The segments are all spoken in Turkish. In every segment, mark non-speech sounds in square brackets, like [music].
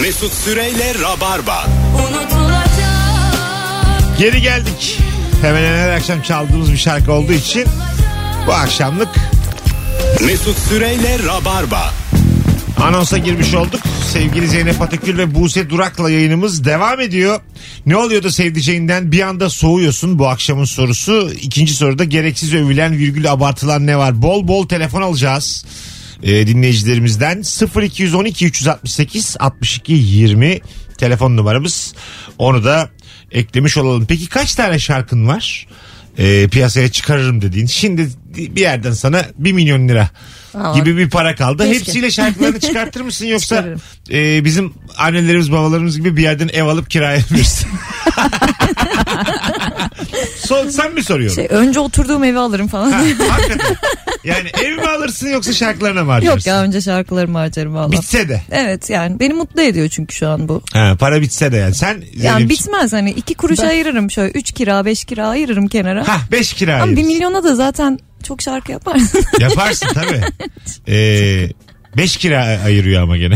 Mesut Süreyle Rabarba. Geri geldik. Hemen hemen her akşam çaldığımız bir şarkı olduğu için bu akşamlık Mesut Süreyle Rabarba. anonsa girmiş olduk. Sevgili Zeynep Atakül ve Buse Durak'la yayınımız devam ediyor. Ne oluyor da sevdiceğinden bir anda soğuyorsun bu akşamın sorusu. İkinci soruda gereksiz övülen virgül abartılan ne var? Bol bol telefon alacağız. Ee, dinleyicilerimizden 0212 368 62 20 telefon numaramız. Onu da eklemiş olalım. Peki kaç tane şarkın var? Ee, piyasaya çıkarırım dediğin. Şimdi bir yerden sana 1 milyon lira Aa, gibi bir para kaldı. Keşke. Hepsiyle şarkılarını çıkartır mısın yoksa Çıkarırım. e, bizim annelerimiz babalarımız gibi bir yerden ev alıp kiraya [laughs] verirsin? Son, sen mi soruyorsun? Şey, önce oturduğum evi alırım falan. Ha, hakikaten. Yani ev mi alırsın yoksa şarkılarına mı Yok harcarsın? ya önce şarkılarımı harcarım valla. Bitse de. Evet yani beni mutlu ediyor çünkü şu an bu. Ha, para bitse de yani. Sen Yani Zeynep'ciğim- bitmez hani iki kuruş ayırırım şöyle üç kira beş kira ayırırım kenara. Ha 5 kira Ama bir ayırırsın. milyona da zaten çok şarkı yaparsın. Yaparsın tabii. Ee, 5 kira ayırıyor [laughs] ama gene.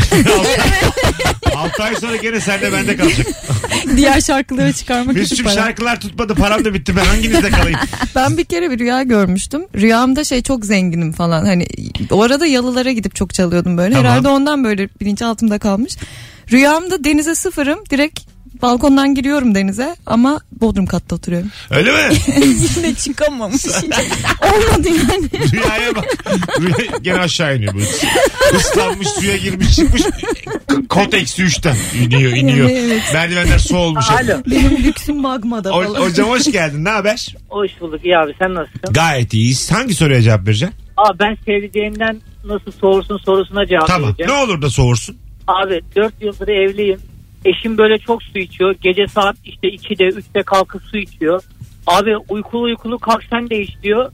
6 ay sonra gene sende [laughs] bende kalacak. [laughs] Diğer şarkıları çıkarmak için Mesut'cum para. şarkılar tutmadı param da bitti ben hanginizde kalayım? Ben bir kere bir rüya görmüştüm. Rüyamda şey çok zenginim falan. Hani o arada yalılara gidip çok çalıyordum böyle. Tamam. Herhalde ondan böyle bilinçaltımda kalmış. Rüyamda denize sıfırım. Direkt balkondan giriyorum denize ama bodrum katta [laughs] oturuyorum. Öyle mi? Yine çıkamamış. [laughs] Olmadı yani. Rüyaya bak. Rüya gene aşağı iniyor böyle. Islanmış suya girmiş çıkmış. Kot eksi üçten iniyor iniyor. Evet. Merdivenler su olmuş. Alo. Benim lüksüm magmada O, falan. hocam hoş geldin. Ne haber? Hoş bulduk. İyi abi sen nasılsın? Gayet iyiyiz. Hangi soruya cevap vereceksin? Abi ben sevdiceğimden nasıl soğursun sorusuna cevap Tamam. Ne vereceğim. olur da soğursun. Abi 4 yıldır evliyim. Eşim böyle çok su içiyor. Gece saat işte 2'de 3'te kalkıp su içiyor. Abi uykulu uykulu kalk sen de iç diyor.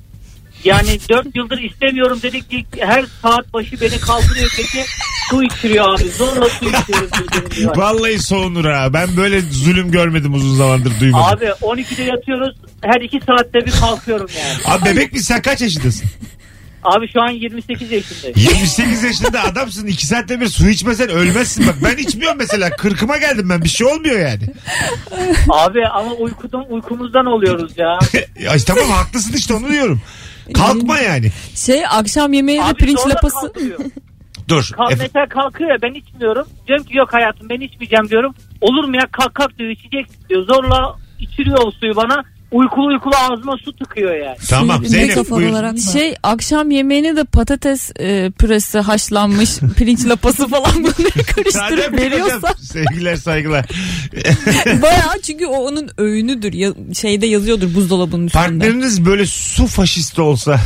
Yani 4 yıldır istemiyorum dedik ki her saat başı beni kaldırıyor peki su içiriyor abi. Zorla su içiyoruz. [laughs] birbirini diyor. Vallahi soğunur ha. Ben böyle zulüm görmedim uzun zamandır duymadım. Abi, Abi 12'de yatıyoruz. Her 2 saatte bir kalkıyorum yani. bebek mi sen kaç yaşındasın? Abi şu an [laughs] 28 yaşındayım. 28 yaşında adamsın. 2 saatte bir su içmesen ölmezsin. Bak ben içmiyorum mesela. Kırkıma geldim ben. Bir şey olmuyor yani. [laughs] Abi ama uykudan uykumuzdan oluyoruz ya. Ay, tamam haklısın işte onu diyorum. Kalkma yani. Şey akşam yemeği ve Abi pirinç zorla lapası. kalkıyor. Dur. Kalk, Efe- mesela kalkıyor ya ben içmiyorum. Diyorum ki yok hayatım ben içmeyeceğim diyorum. Olur mu ya kalk kalk diyor içeceksin diyor. Zorla içiriyor o suyu bana. Uykulu uykulu ağzıma su tıkıyor yani. Tamam Zeynep buyur. Şey akşam yemeğine de patates e, [laughs] püresi haşlanmış pirinç lapası falan bunları Zaten karıştırıp veriyorsa [laughs] biliyorum. Sevgiler saygılar. bayağı çünkü o onun öğünüdür ya- şeyde yazıyordur buzdolabının üstünde. Partneriniz böyle su faşisti olsa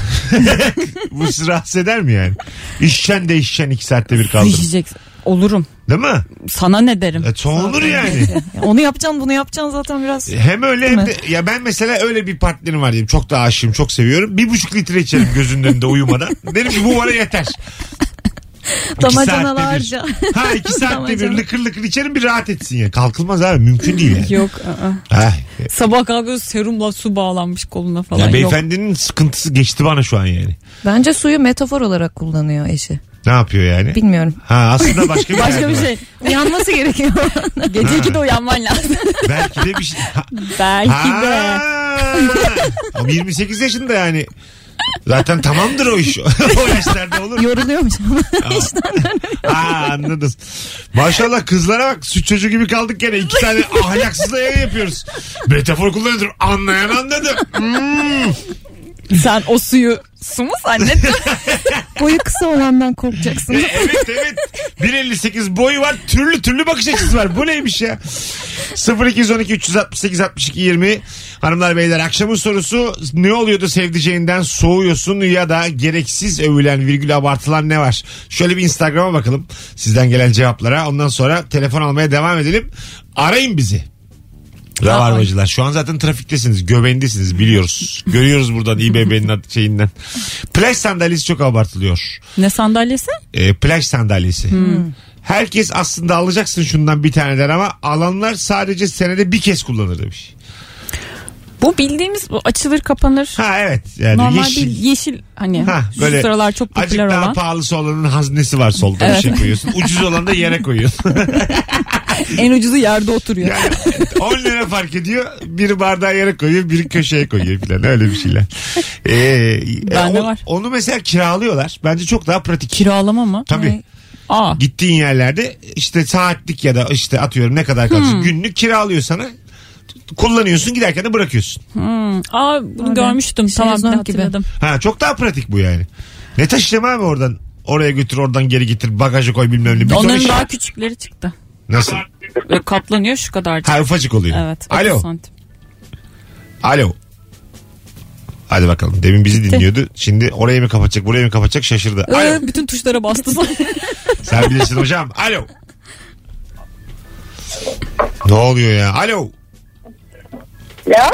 [laughs] bu sizi rahatsız eder mi yani? İşçen de işçen iki saatte bir kaldırır. Yiyeceksin. Olurum. Değil mi? Sana ne derim? E, soğunur yani. Ya Onu yapacaksın bunu yapacaksın zaten biraz. Hem öyle Değil hem mi? de ya ben mesela öyle bir partnerim var diyeyim. Çok da aşığım çok seviyorum. Bir buçuk litre içerim gözünün önünde uyumadan. Derim ki bu bana yeter. İki Damacanalarca. saatte bir. Ha iki saatte bir Damacana. lıkır lıkır içerim bir rahat etsin ya. Kalkılmaz abi mümkün değil yani. Yok. ı-ı. Ha, Sabah kalkıyoruz serumla su bağlanmış koluna falan. ya Yok. beyefendinin sıkıntısı geçti bana şu an yani. Bence suyu metafor olarak kullanıyor eşi. Ne yapıyor yani? Bilmiyorum. Ha aslında başka [laughs] bir, Başka derdi bir var. şey. Uyanması [laughs] gerekiyor. Gece 2'de uyanman lazım. Belki de bir şey. Ha- [laughs] Belki de. Ha. [laughs] Ama 28 yaşında yani. Zaten tamamdır o iş. [laughs] o yaşlarda olur. Yoruluyormuş ama. Ha anladınız. Maşallah kızlara bak süt çocuğu gibi kaldık gene. iki [laughs] tane ahlaksızla yayın yapıyoruz. Metafor kullanıyorum. Anlayan anladı. Hmm. Sen o suyu su mu [laughs] zannettin? Boyu kısa olandan korkacaksın. E, evet evet. 1.58 boyu var. Türlü türlü bakış açısı var. Bu neymiş ya? 0212 368 62 20 Hanımlar beyler akşamın sorusu ne oluyordu sevdiceğinden soğuyorsun ya da gereksiz övülen virgül abartılan ne var? Şöyle bir Instagram'a bakalım sizden gelen cevaplara. Ondan sonra telefon almaya devam edelim. Arayın bizi. Rabarbacılar şu an zaten trafiktesiniz göbeğindesiniz biliyoruz. Görüyoruz buradan İBB'nin ad- şeyinden. Plaj sandalyesi çok abartılıyor ne sandalyesi? e, plaj sandalyesi. Hmm. Herkes aslında alacaksın şundan bir taneden ama alanlar sadece senede bir kez kullanır demiş. Bu bildiğimiz bu açılır kapanır. Ha evet. Yani Normal yeşil. bir yeşil hani Ha, şu böyle sıralar çok Azıcık popüler daha olan. pahalısı olanın haznesi var solda bir Evet. şey koyuyorsun. Ucuz olanı da yere koyuyorsun. [laughs] En ucuzu yerde oturuyor. Yani 10 lira fark ediyor. Biri bardağı yere koyuyor, biri köşeye koyuyor falan öyle bir şeyler. Ee, e, Bende o- var. Onu mesela kiralıyorlar. Bence çok daha pratik. Kiralama mı? Tabii. Aa. Gittiğin yerlerde işte saatlik ya da işte atıyorum ne kadar kalacak Hmm. günlük kiralıyor sana. Kullanıyorsun giderken de bırakıyorsun. Hmm. Aa bunu Aa, görmüştüm. ben Tamam şezlong ben Şey hatırladım. Ha çok daha pratik bu yani. Ne taşıyacağım abi oradan? Oraya götür oradan geri getir bagaja koy bilmem ne. Bir ton Onların iş- daha küçükleri çıktı. Nasıl? Böyle kaplanıyor şu kadarcık. Ha ufacık oluyor. Evet. 30 Alo. santim. Alo. Hadi bakalım. Demin bizi dinliyordu. Şimdi orayı mı kapatacak, burayı mı kapatacak şaşırdı. Alo. Ee, bütün tuşlara [laughs] bastı. Sen bilirsin hocam. Alo. Ne oluyor ya? Alo. Ya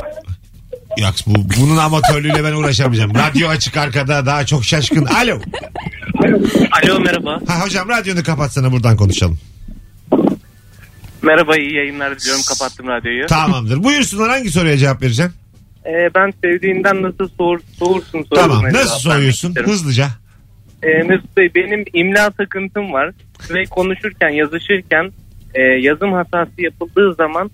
Yaks bu, bunun amatörlüğüyle ben uğraşamayacağım. Radyo açık arkada daha çok şaşkın. Alo. Alo merhaba. Ha hocam radyonu kapatsana buradan konuşalım. Merhaba iyi yayınlar diliyorum. Kapattım radyoyu. Tamamdır. Buyursunlar hangi soruya cevap vereceğim? Ee, ben sevdiğinden nasıl soğur, soğursun sorusuna Tamam. cevap Nasıl vermek soruyorsun? isterim. Hızlıca. Ee, Mesut Bey benim imla takıntım var. Ve konuşurken yazışırken e, yazım hatası yapıldığı zaman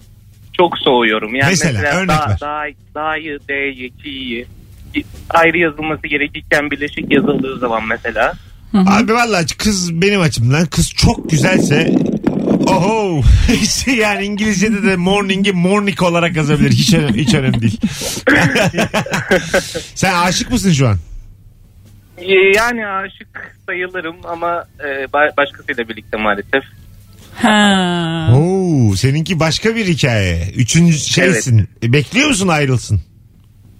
çok soğuyorum. Yani Mesela, mesela, örnek ver. da, da, da'yı, d'yi, ki'yi ayrı yazılması gerekirken birleşik yazıldığı zaman mesela. Abi vallahi kız benim açımdan kız çok güzelse Oho. [laughs] İşte yani İngilizce'de de morning'i morning olarak yazabilir. Hiç önemli, hiç önemli [laughs] değil. Sen aşık mısın şu an? Ee, Yani aşık sayılırım ama e, ba- başkasıyla birlikte maalesef. ha. Oo, seninki başka bir hikaye. Üçüncü şeysin. E, Bekliyor musun ayrılsın?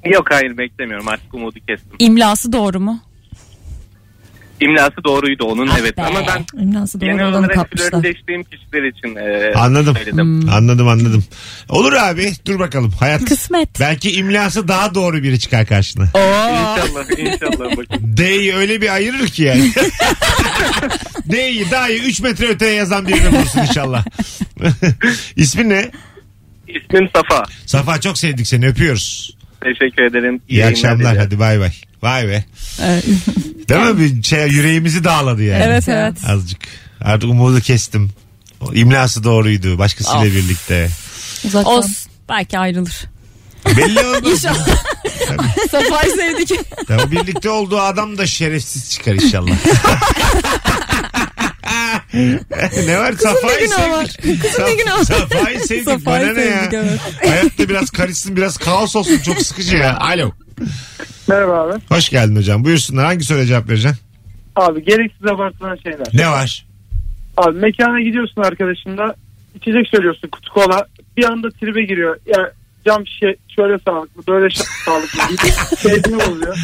Yok hayır beklemiyorum artık umudu kestim. İmlası doğru mu? İmlası doğruydu onun evet ama ben İmlası doğru genel olanı olarak kapmışlar. flörtleştiğim kişiler için e, Anladım. söyledim. Hmm. Anladım anladım. Olur abi dur bakalım. Hayat Kısmet. Belki imlası daha doğru biri çıkar karşına. Oo. İnşallah inşallah bakın. D'yi öyle bir ayırır ki [laughs] yani. D'yi dahi 3 metre öteye yazan birini bulursun inşallah. [laughs] İsmin ne? İsmim Safa. Safa çok sevdik seni öpüyoruz. Teşekkür ederim. İyi, yayınlar akşamlar diliyorum. hadi bay bay. Vay be. Evet. Değil mi? Bir şey, yüreğimizi dağladı yani. Evet, evet. Azıcık. Artık umudu kestim. O imlası doğruydu başkasıyla Of. birlikte. Uzaktan. Olsun. Belki [laughs] ayrılır. Belli olmaz. Safay sevdik. Tabii birlikte olduğu adam da şerefsiz çıkar inşallah. [laughs] ne var? Safa'yı günahı var. sevdik. Saf- günahı var. Safa'yı sevdik. Safa'yı Bana ne ya? sevdik, evet. Hayatta biraz karışsın biraz kaos olsun. Çok sıkıcı ya. Alo. merhaba abi. Hoş geldin hocam. Buyursunlar. Hangi soruya cevap vereceksin? Abi gereksiz abartılan şeyler. Ne var? Abi mekana gidiyorsun arkadaşınla içecek söylüyorsun kutu kola. Bir anda tribe giriyor. Ya cam şişe şöyle sağlıklı böyle şa- [laughs] sağlıklı. şey Keyfini bozuyor.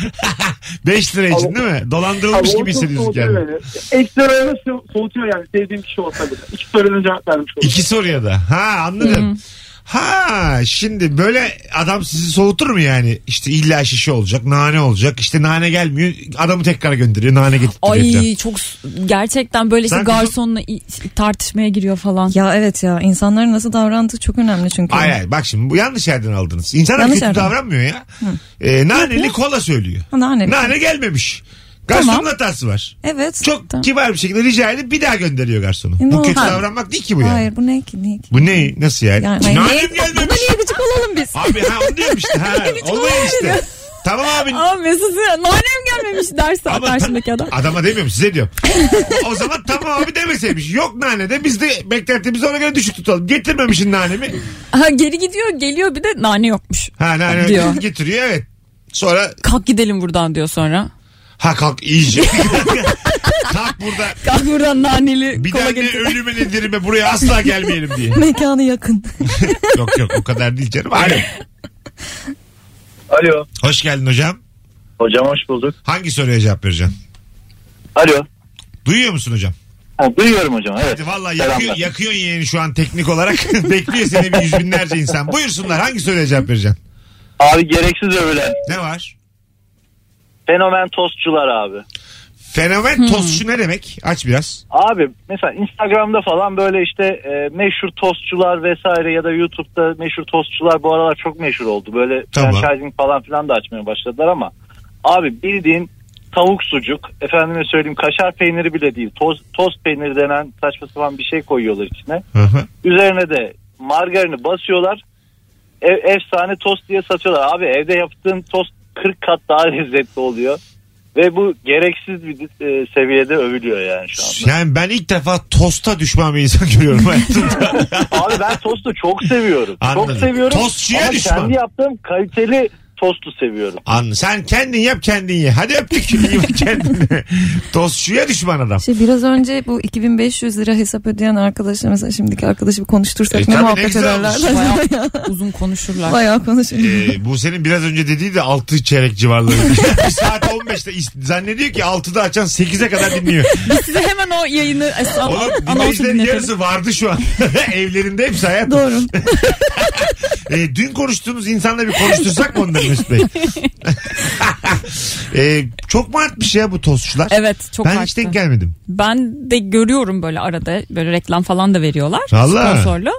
5 lira için Abi- değil mi? Abi Dolandırılmış gibi o çok hissediyorsun soğutuyor kendini. beni. Ekstra öyle so- soğutuyor yani sevdiğim kişi olsa bile. İki sorunun cevap vermiş olur. İki soruya da. Ha anladım. Ha şimdi böyle adam sizi soğutur mu yani? İşte illa şişe olacak, nane olacak. İşte nane gelmiyor. Adamı tekrar gönderiyor. Nane getirtiyor. falan. Ay çok s- gerçekten böyle işte Sen- garsonla i- tartışmaya giriyor falan. Ya evet ya insanların nasıl davrandığı çok önemli çünkü. Ay ay bak şimdi bu yanlış yerden aldınız. İnsanlar Yanlış kötü yerden. davranmıyor ya. Ee, naneli kola söylüyor. Ha, naneli. Nane gelmemiş. Garsonun Tamam. hatası var. Evet. Çok Tamam. kibar bir şekilde rica edip bir daha gönderiyor garsonu. E, ne bu kötü oldu? davranmak değil ki bu yani. Hayır bu ne ki? Ne ki? Bu ne? Nasıl yani? Yani, Nanem hayır, niye, buna gelmemiş. niye gıcık olalım biz? abi ha onu diyorum [laughs] işte. Ha, olmuyor işte. Tamam abi. Aa Mesut ya, nanem gelmemiş derse Ama- karşındaki adam. Adama demiyorum size diyorum. o zaman tamam abi demeseymiş. Yok nane de biz de beklentimizi ona göre düşük tutalım. Getirmemişin nanemi. Ha, geri gidiyor geliyor bir de nane yokmuş. Ha nane Diyor. getiriyor evet. Sonra Kalk gidelim buradan diyor sonra. Ha kalk iyice. [laughs] kalk burada. Kalk buradan naneli Bir kola daha ne getir. [laughs] ölüme ne dirime buraya asla gelmeyelim diye. [laughs] Mekanı yakın. yok yok o kadar değil canım. Alo. Alo. Hoş geldin hocam. Hocam hoş bulduk. Hangi soruya cevap vereceksin? Alo. Duyuyor musun hocam? Ha, duyuyorum hocam. Evet. Hadi valla Selamlar. yakıyor, yakıyorsun yeğeni şu an teknik olarak. [laughs] Bekliyor seni bir yüz binlerce insan. Buyursunlar hangi soruya cevap vereceksin? Abi gereksiz övülen. Ne var? Fenomen tostçular abi. Hmm. Fenomen tostçu ne demek? Aç biraz. Abi mesela Instagram'da falan böyle işte e, meşhur tostçular vesaire ya da YouTube'da meşhur tostçular bu aralar çok meşhur oldu. Böyle Tamam. franchising falan filan da açmaya başladılar ama abi bildiğin tavuk sucuk efendime söyleyeyim kaşar peyniri bile değil toz, toz peyniri denen saçma sapan bir şey koyuyorlar içine. Hı hı. Üzerine de margarini basıyorlar. Ev, efsane tost diye satıyorlar. Abi evde yaptığın tost 40 kat daha lezzetli oluyor. Ve bu gereksiz bir e, seviyede övülüyor yani [laughs] şu anda. Yani ben ilk defa tosta düşman bir insan [laughs] görüyorum hayatımda. [laughs] Abi ben tostu çok seviyorum. Anladım. Çok seviyorum. Tostçuya ama düşman. kendi yaptığım kaliteli tostu seviyorum. Anlı. Sen kendin yap kendin ye. Hadi öptük. İyi bak kendine. [laughs] Tostçuya düşman adam. İşte Şey, biraz önce bu 2500 lira hesap ödeyen arkadaşlarımızla şimdiki arkadaşı bir konuştursak E ne tabii, ne muhabbet güzel ederler. olmuş. Bayağı- Uzun [laughs] konuşurlar. Bayağı konuşuyoruz. Ee, bu senin biraz önce dediği de 6 çeyrek civarları. [laughs] Bir saat 15'te is- zannediyor ki 6'da açan 8'e kadar dinliyor. Biz size hemen o yayını Oğlum anonsu dinleyicilerin dinletelim. yarısı vardı şu an. [laughs] Evlerinde hepsi hayat. Doğru. Ee, dün konuştuğumuz insanla bir konuştursak mı onları Mesut [laughs] Bey? [laughs] Ee, çok mu artmış ya bu tostçular? Evet çok ben haklı. hiç denk gelmedim. Ben de görüyorum böyle arada böyle reklam falan da veriyorlar. Valla. Sponsorlu.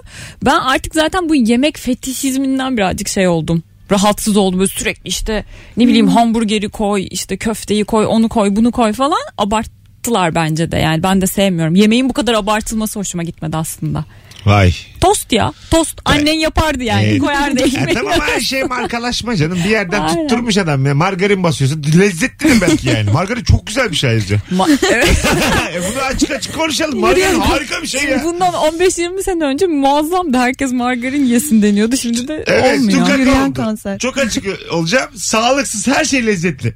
Ben artık zaten bu yemek fetişizminden birazcık şey oldum. Rahatsız oldum böyle sürekli işte ne bileyim hamburgeri koy işte köfteyi koy onu koy bunu koy falan abarttılar bence de yani ben de sevmiyorum. Yemeğin bu kadar abartılması hoşuma gitmedi aslında. [laughs] Vay. Tost ya tost annen yapardı yani Evet. [laughs] koyardı E, ekmeği. tamam her şey markalaşma canım. Bir yerden Aynen. tutturmuş adam ya. Margarin basıyorsun. Lezzetlidir belki yani. Margarin çok güzel bir şey ayrıca. [laughs] [laughs] [laughs] Ma- evet. e, bunu açık açık konuşalım. Margarin harika bir şey ya. Bundan 15-20 sene önce muazzamdı herkes margarin yesin deniyordu şimdi de Evet, olmuyor. Tukaka Yürüyen oldu. kanser. Çok açık olacağım. Sağlıksız her şey lezzetli.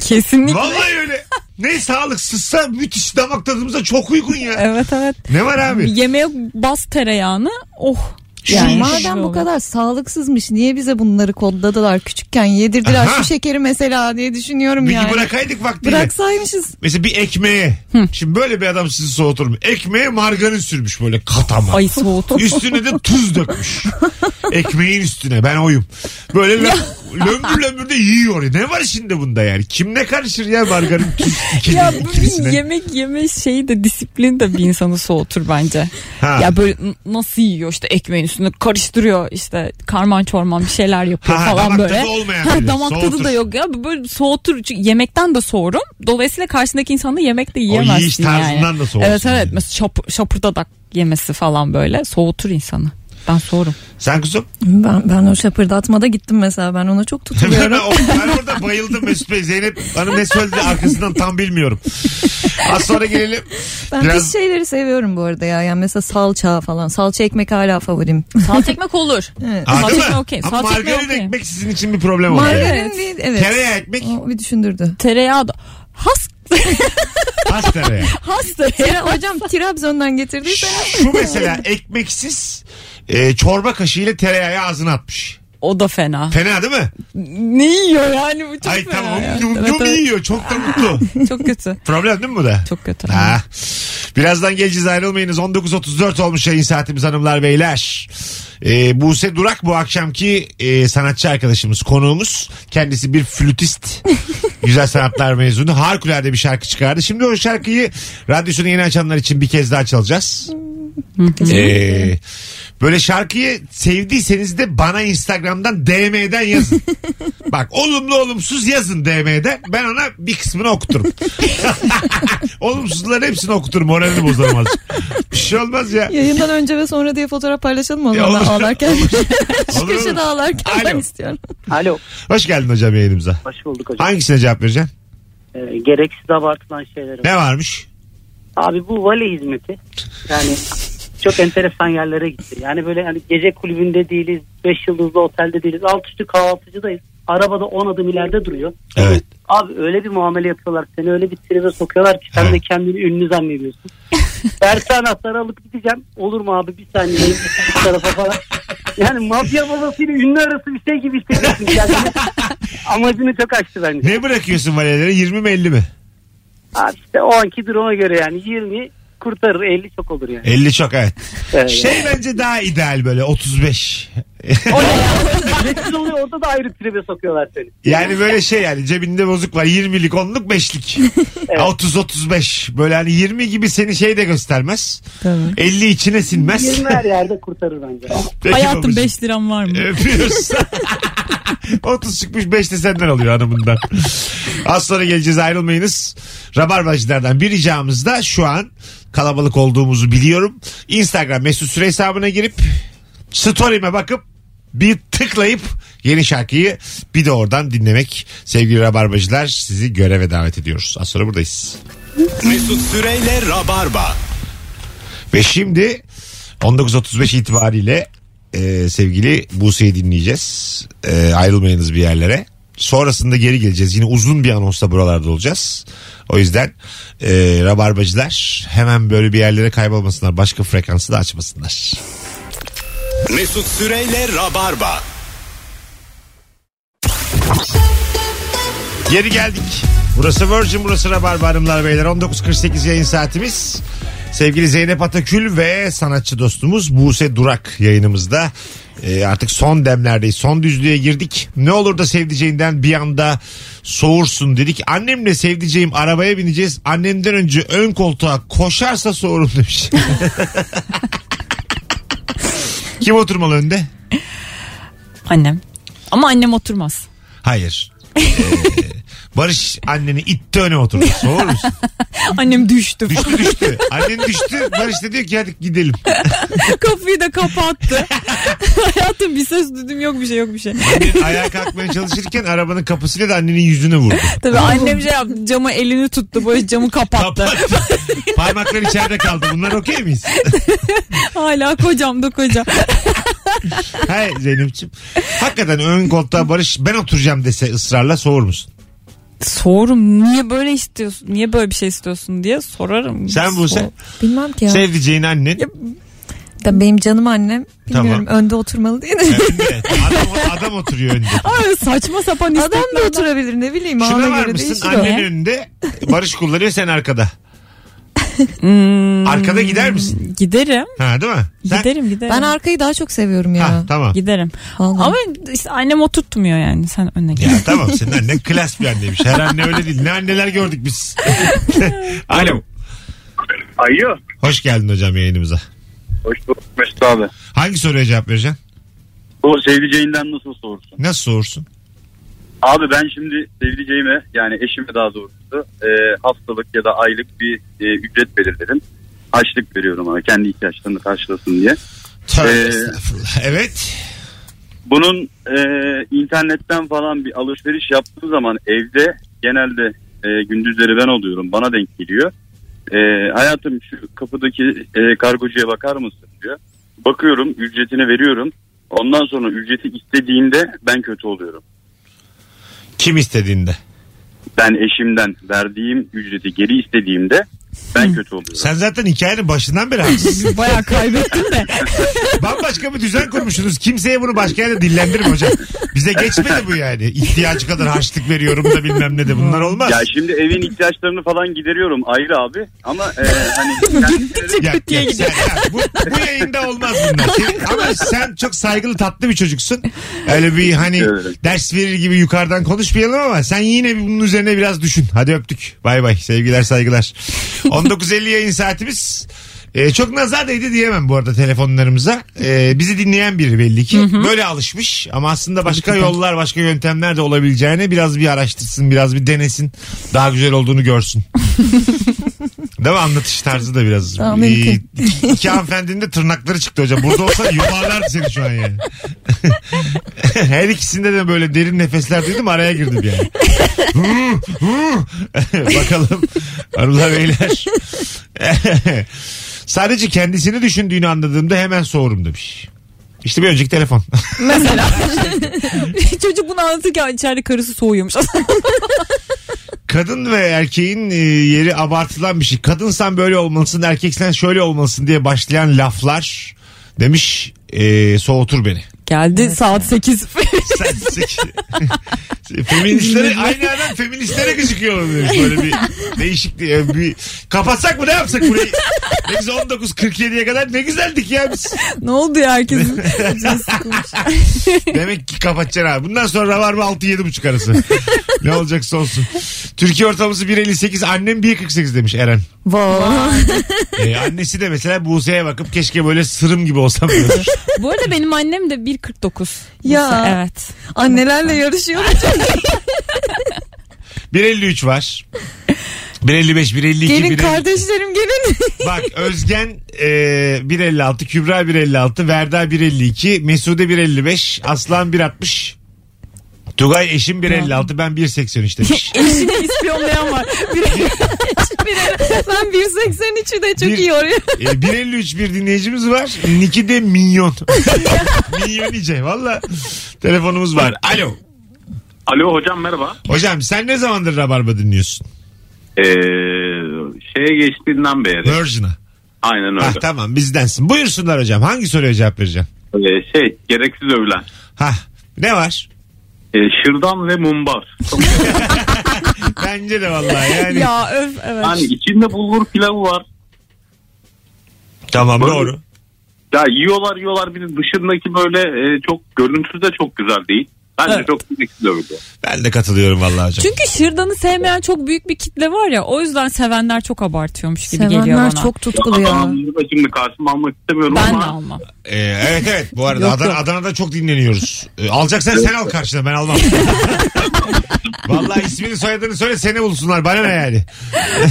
Kesinlikle. Vallahi öyle. Ne sağlıksızsa müthiş damak tadımıza çok uygun ya. Evet evet. Ne var abi? Yemeğe bas tereyağını. Oh. Yani Yani şu madem bu olur. kadar sağlıksızmış niye bize bunları kodladılar küçükken yedirdiler Aha. şu şekeri mesela diye düşünüyorum Bir yani. bırakaydık vaktiyle. Bıraksaymışız. Mesela bir ekmeğe. Şimdi böyle bir adam sizi soğutur mu? Ekmeğe margarin sürmüş böyle katama. Ay [laughs] soğutu. Üstüne de tuz dökmüş. Ekmeğin üstüne ben oyum. Böyle lö- [laughs] lömbür lömbür de yiyor. Ne var şimdi bunda yani? Kim ne karışır ya margarin tuz ikili, ya bu bir ikilisine? yemek yeme şeyi de disiplin de bir insanı soğutur bence. Ha. Ya böyle n- nasıl yiyor işte ekmeğin üstüne karıştırıyor işte karman çorman bir şeyler yapıyor Ha, falan damak böyle. tadı olmayan Ha, biri, damak tadı soğutur. da yok ya Bu böyle soğutur. Çünkü yemekten de soğurum. Dolayısıyla karşındaki insanla yemek de yiyemezsin yiyiş tarzından yani. da soğursun Evet evet yani. mesela şap- şapırdadak yemesi falan böyle soğutur insanı. Ben soğurum. Sen kuzum? Ben, ben o şapırdatmada gittim mesela ben ona çok ben, [laughs] tutuluyorum. o- ben orada bayıldım Mesut Bey. Zeynep Hanım ne söyledi arkasından tam bilmiyorum. Az sonra gelelim. ben Biraz- şey- pis şeyleri seviyorum bu arada ya. Yani mesela salça falan. Salça ekmek hala favorim. Salça ekmek olur. [laughs] Evet. Ha, değil mi? Salçalı okey, Ama salçalı margarin okey. ekmek sizin için bir problem oldu. Margarin Evet. değil evet. Tereyağı ekmek O bir düşündürdü. Tereyağı da has [laughs] az tereyağı. has tereyağı. Tira, hocam Trabzon'dan getirdiysen Şu mesela ekmeksiz e, çorba kaşığıyla tereyağı ağzına atmış. O da fena. Fena değil mi? Ne yiyor yani bu çok Ay fena. tamam ya. yum Evet, yum evet. yiyor. Çok da [laughs] mutlu. Çok kötü. Problem değil mi bu da? Çok kötü. Ha. Birazdan geleceğiz ayrılmayınız. 19.34 olmuş yayın saatimiz hanımlar beyler. Ee, Buse Durak bu akşamki e, sanatçı arkadaşımız konuğumuz. Kendisi bir flütist. [laughs] Güzel sanatlar mezunu. Harikulade bir şarkı çıkardı. Şimdi o şarkıyı radyosunu yeni açanlar için bir kez daha çalacağız. Ee, böyle şarkıyı sevdiyseniz de bana Instagram'dan DM'den yazın. Bak olumlu olumsuz yazın DM'den. Ben ona bir kısmını okuturum. Olumsuzların hepsini okuturum. Moralini bozarım azıcık. Bir şey olmaz ya. yayından önce ve sonra diye fotoğraf paylaşalım o Ya zaman ben olur. ağlarken. [laughs] Şu Olur, olur. köşede ağlarken ben Alo. istiyorum. Alo. Hoş geldin hocam yayınımıza. Hoş bulduk hocam. Hangisine cevap vereceksin? Ee, gereksiz abartılan şeyler. var. Ne varmış? Abi bu vale hizmeti yani çok enteresan yerlere gitti. Yani böyle hani gece kulübünde değiliz, 5 yıldızlı otelde değiliz, alt üstü kahvaltıcıdayız. Arabada 10 adım ileride duruyor. Evet. Abi öyle bir muamele yapıyorlar. Seni öyle bir tribe sokuyorlar ki sen de Evet. kendini ünlü zannediyorsun. Dersi anahtarı alıp gideceğim. Olur mu abi bir saniye bu tarafa falan. Yani mafya babasıyla ünlü arası bir şey gibi hissediyorsun. Yani amacını çok aştı bence. Ne bırakıyorsun valilere? 20 mi 50 mi? Abi işte o anki duruma göre yani 20 kurtarır 50 çok olur yani. 50 çok evet. Evet. Şey bence daha ideal böyle 35. Ücretsiz oluyor orada da ayrı tribe sokuyorlar seni. Yani böyle şey yani cebinde bozuk var 20'lik 10'luk 5'lik. 30-35 böyle hani 20 gibi seni şey de göstermez. Tabii. 50 içine sinmez. [laughs] 20 her yerde kurtarır bence. Peki Hayatım babacığım. 5 liram var [laughs] mı? Öpüyoruz. 30 çıkmış 5 de senden alıyor hanımından. Az sonra geleceğiz ayrılmayınız. Rabarbacılardan bir ricamız da şu an kalabalık olduğumuzu biliyorum. Instagram mesut süre hesabına girip story'me bakıp bir tıklayıp yeni şarkıyı bir de oradan dinlemek. Sevgili Rabarbacılar sizi göreve davet ediyoruz. Az sonra buradayız. Mesut Süreyle Rabarba. Ve şimdi 19.35 itibariyle e, sevgili Buse'yi dinleyeceğiz. E, ayrılmayınız bir yerlere. Sonrasında geri geleceğiz. Yine uzun bir anonsla buralarda olacağız. O yüzden e, rabarbacılar hemen böyle bir yerlere kaybolmasınlar. Başka frekansı da açmasınlar. Mesut Süreyle Rabarba. Geri geldik. Burası Virgin, burası Rabarba Hanımlar Beyler. 19.48 yayın saatimiz. Sevgili Zeynep Atakül ve sanatçı dostumuz Buse Durak yayınımızda. Ee, artık son demlerdeyiz. Son düzlüğe girdik. Ne olur da sevdiceğinden bir anda soğursun dedik. Annemle sevdiceğim arabaya bineceğiz. Annemden önce ön koltuğa koşarsa soğurum demiş. [laughs] Kim oturmalı önde? Annem. Ama annem oturmaz. Hayır. Ee, Barış anneni itti öne oturdu. Soğur musun? Annem düştü. Düştü düştü. Annen düştü. Barış da diyor ki hadi gidelim. [laughs] Kapıyı da kapattı. [laughs] Hayatım bir ses duydum yok bir şey yok bir şey. Annen ayağa kalkmaya çalışırken arabanın kapısıyla da annenin yüzünü vurdu. Tabii annem şey yaptı cama elini tuttu böyle camı kapattı. Kapattı. Parmaklar içeride kaldı. Bunlar okey miyiz? Hala kocam da koca. Hay Zeynep'ciğim. Hakikaten ön koltuğa Barış ben oturacağım dese ısrarla soğur musun? Sorum niye böyle istiyorsun? Niye böyle bir şey istiyorsun diye sorarım. Sen Buse. Bilmem ki ya. Sevdiceğin annen. Da benim canım annem. Bilmiyorum önde oturmalı diye de. önde. Adam, adam oturuyor önde. Ay, saçma [laughs] sapan Adam da isteklerden- oturabilir ne bileyim. ona Şuna var göre mısın? değişir o. Annen önde. Barış kullanıyor sen arkada. Hmm. Arkada gider misin? Hmm, Giderim. Ha değil mi? Sen- Giderim giderim. Ben arkayı daha çok seviyorum ya. Ha, tamam. Giderim. Vallahi. Ama işte annem oturtmuyor yani. Sen önüne gel. Ya tamam senin annen klas bir anneymiş. Her anne öyle değil. Ne anneler gördük biz. Alo. Alo. Hoş geldin hocam yayınımıza. Hoş bulduk Mesut abi. Hangi soruya cevap vereceksin? O sevdiceğinden nasıl soğursun? Nasıl soğursun? Abi ben şimdi sevdiceğime yani eşime daha doğrusu e, haftalık ya da aylık bir e, ücret belirledim. Açlık veriyorum ona kendi ihtiyaçlarını karşılasın diye. Tövbe Ee, estağfurullah. Evet. Bunun e, internetten falan bir alışveriş yaptığı zaman evde genelde e, gündüzleri ben oluyorum bana denk geliyor. E, hayatım şu kapıdaki e, kargocuya bakar mısın diyor. Bakıyorum ücretini veriyorum. Ondan sonra ücreti istediğinde ben kötü oluyorum. Kim istediğinde. ben eşimden verdiğim ücreti geri istediğimde ben kötü oluyorum. Sen zaten hikayenin başından beri haksızsın. [laughs] Bayağı kaybettim de. Bambaşka bir düzen kurmuşsunuz. Kimseye bunu başka yerde dillendirme hocam. Bize geçmedi bu yani. İhtiyacı kadar harçlık veriyorum da bilmem ne de bunlar olmaz. Ya şimdi evin ihtiyaçlarını falan gideriyorum ayrı abi ama e, hani Gittikçe Ya- kötüye ya- gidiyor. ya- ya, bu, bu yayında olmaz bunlar. Ki- Ama sen çok saygılı tatlı bir çocuksun. Öyle bir hani Teşekkür ederim. ders verir gibi yukarıdan konuşmayalım ama sen yine bir bunun üzerine biraz düşün. Hadi öptük. Bay bay. Sevgiler saygılar. 19.50 yayın saatimiz. Ee, çok nazar değdi diyemem bu arada telefonlarımıza. Ee, bizi dinleyen biri belli ki. Böyle alışmış ama aslında başka yollar, başka yöntemler de olabileceğini biraz bir araştırsın, biraz bir denesin. Daha güzel olduğunu görsün. Değil mi? Anlatış tarzı da biraz. Aa, mümkün. Ee, iki- iki hanımefendinin de tırnakları çıktı hocam. Burada olsa yuvarlardı seni şu an yani. [laughs] Her ikisinde de böyle derin nefesler duydum araya girdim yani. Hı, hı. [laughs] Bakalım hanımlar beyler. [laughs] Sadece kendisini düşündüğünü anladığımda hemen soğurum demiş. İşte bir önceki telefon. Mesela. [laughs] Çocuk bunu anlatırken içeride karısı soğuyormuş. [laughs] Kadın ve erkeğin e, yeri abartılan bir şey. Kadınsan böyle olmalısın, erkeksen şöyle olmalısın diye başlayan laflar demiş e, soğutur beni. geldi. Saat 8. Sen sek- [laughs] feministlere aynı adam feministlere gözüküyor olabilir. Böyle bir değişik diye bir kapatsak mı ne yapsak burayı? Ne güzel 19.47'ye kadar ne güzeldik ya biz. [laughs] ne oldu [laughs] ya herkesin? Canı sıkılmış. Demek ki kapatacaksın abi. Bundan sonra var mı 6-7.5 arası. ne olacaksa olsun. Türkiye ortalaması 1.58 annem 1.48 demiş Eren. Vay. Ee, annesi de mesela Buse'ye bakıp keşke böyle sırım gibi olsam diyormuş. Bu arada benim annem de 1.49. Ya. Mesela, Evet. Annelerle yarışıyor. [laughs] 1.53 var. 1.55, 1.52, gelin 1.53. kardeşlerim [laughs] gelin. Bak Özgen e, 1.56, Kübra 1.56, Verda 1.52, Mesude 1.55, Aslan 1.60. Tugay eşim 1.56 ben 1.83 [laughs] demiş. Eşini [laughs] ispiyonlayan var. ben 1.83'ü de çok Bir- iyi oraya. E, 1.53 bir dinleyicimiz var. Niki de minyon. minyon iyice valla. Telefonumuz var. Alo. [laughs] Alo hocam merhaba. Hocam sen ne zamandır Rabarba dinliyorsun? Ee, şeye geçtiğinden beri. Virgin'a. Aynen Ah, öyle. tamam bizdensin. Buyursunlar hocam. Hangi soruya cevap vereceğim? Ee, şey gereksiz övülen. Ha ne [laughs] var? Ee, şırdan ve mumbar. Çok- Bence de vallahi yani. ya öf evet. yani içinde bulgur pilavı var. Tamam doğru. Ya yiyorlar yiyorlar bir de dışındaki böyle e, çok görüntüsü de çok güzel değil. Bence Evet. çok gereksiz övülüyor. Ben de katılıyorum vallahi hocam. Çünkü şırdanı sevmeyen çok büyük bir kitle var ya o yüzden sevenler çok abartıyormuş gibi geliyor bana. çok tutkulu ya. Adamları da şimdi karşıma almak istemiyorum [laughs] ben de ama almam. Ee, evet evet bu arada Yok, Adana, yok. Adana'da çok dinleniyoruz. Ee, alacaksan sen al karşına ben [laughs] almam. Vallahi ismini soyadını söyle seni bulsunlar bana ne yani.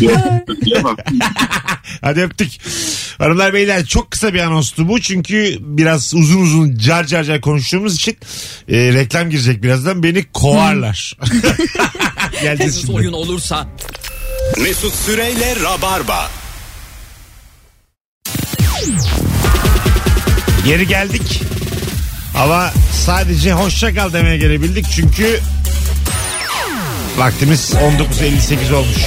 yiyemem. Hadi öptük. Hanımlar beyler çok kısa bir anonstu bu çünkü biraz uzun uzun car car car konuştuğumuz için e, reklam girecek birazdan beni kovarlar. [laughs] Geleceğiz şimdi. olursa Mesut Süreyle Rabarba. Geri geldik. Ama sadece hoşça kal demeye gelebildik çünkü vaktimiz 19.58 olmuş.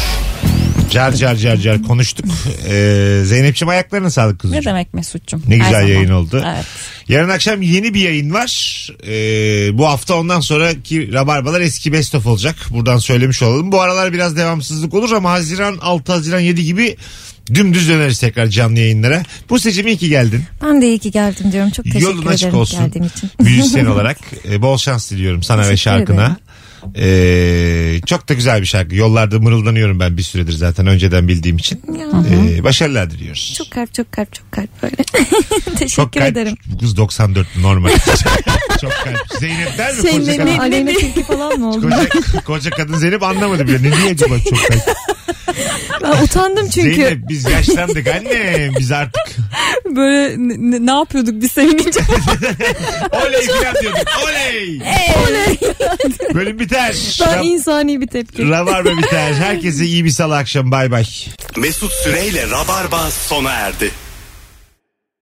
Car car car car konuştuk. Ee, Zeynep'ciğim ayaklarına sağlık kızım. Ne demek Mesut'cum? Ne Her güzel zaman. yayın oldu. Evet. Yarın akşam yeni bir yayın var. Ee, bu hafta ondan sonraki Rabarbalar eski best of olacak. Buradan söylemiş olalım. Bu aralar biraz devamsızlık olur ama Haziran 6 Haziran 7 gibi dümdüz döneriz tekrar canlı yayınlara. Bu seçim iyi ki geldin. Ben de iyi ki geldim diyorum. Çok teşekkür Yolun açık ederim olsun. geldiğim için. [laughs] [laughs] müzisyen olarak e, bol şans diliyorum sana ve Teşekkür şarkına. E, çok da güzel bir şarkı. Yollarda mırıldanıyorum ben bir süredir zaten önceden bildiğim için. E, başarılar diliyoruz. Çok kalp çok kalp çok kalp böyle. [laughs] teşekkür Çok kalp- ederim. Bu kız 94 [laughs] normal. çok kalp. Zeynep der mi? koca, kadın, Aleyna Tilki falan mı oldu? koca, koca kadın Zeynep anlamadı bile. Ne diye acaba çok kalp? ben utandım [laughs] çünkü. Zeynep biz yaşlandık anne. Biz artık [laughs] Böyle ne- ne, ne yapıyorduk biz sevinince? oley falan diyorduk. Oley. Oley. Bölüm biter. Daha Ra- insani bir tepki. Rabarba biter. Herkese iyi bir salı akşamı. Bay bay. Mesut Süreyle Rabarba sona erdi.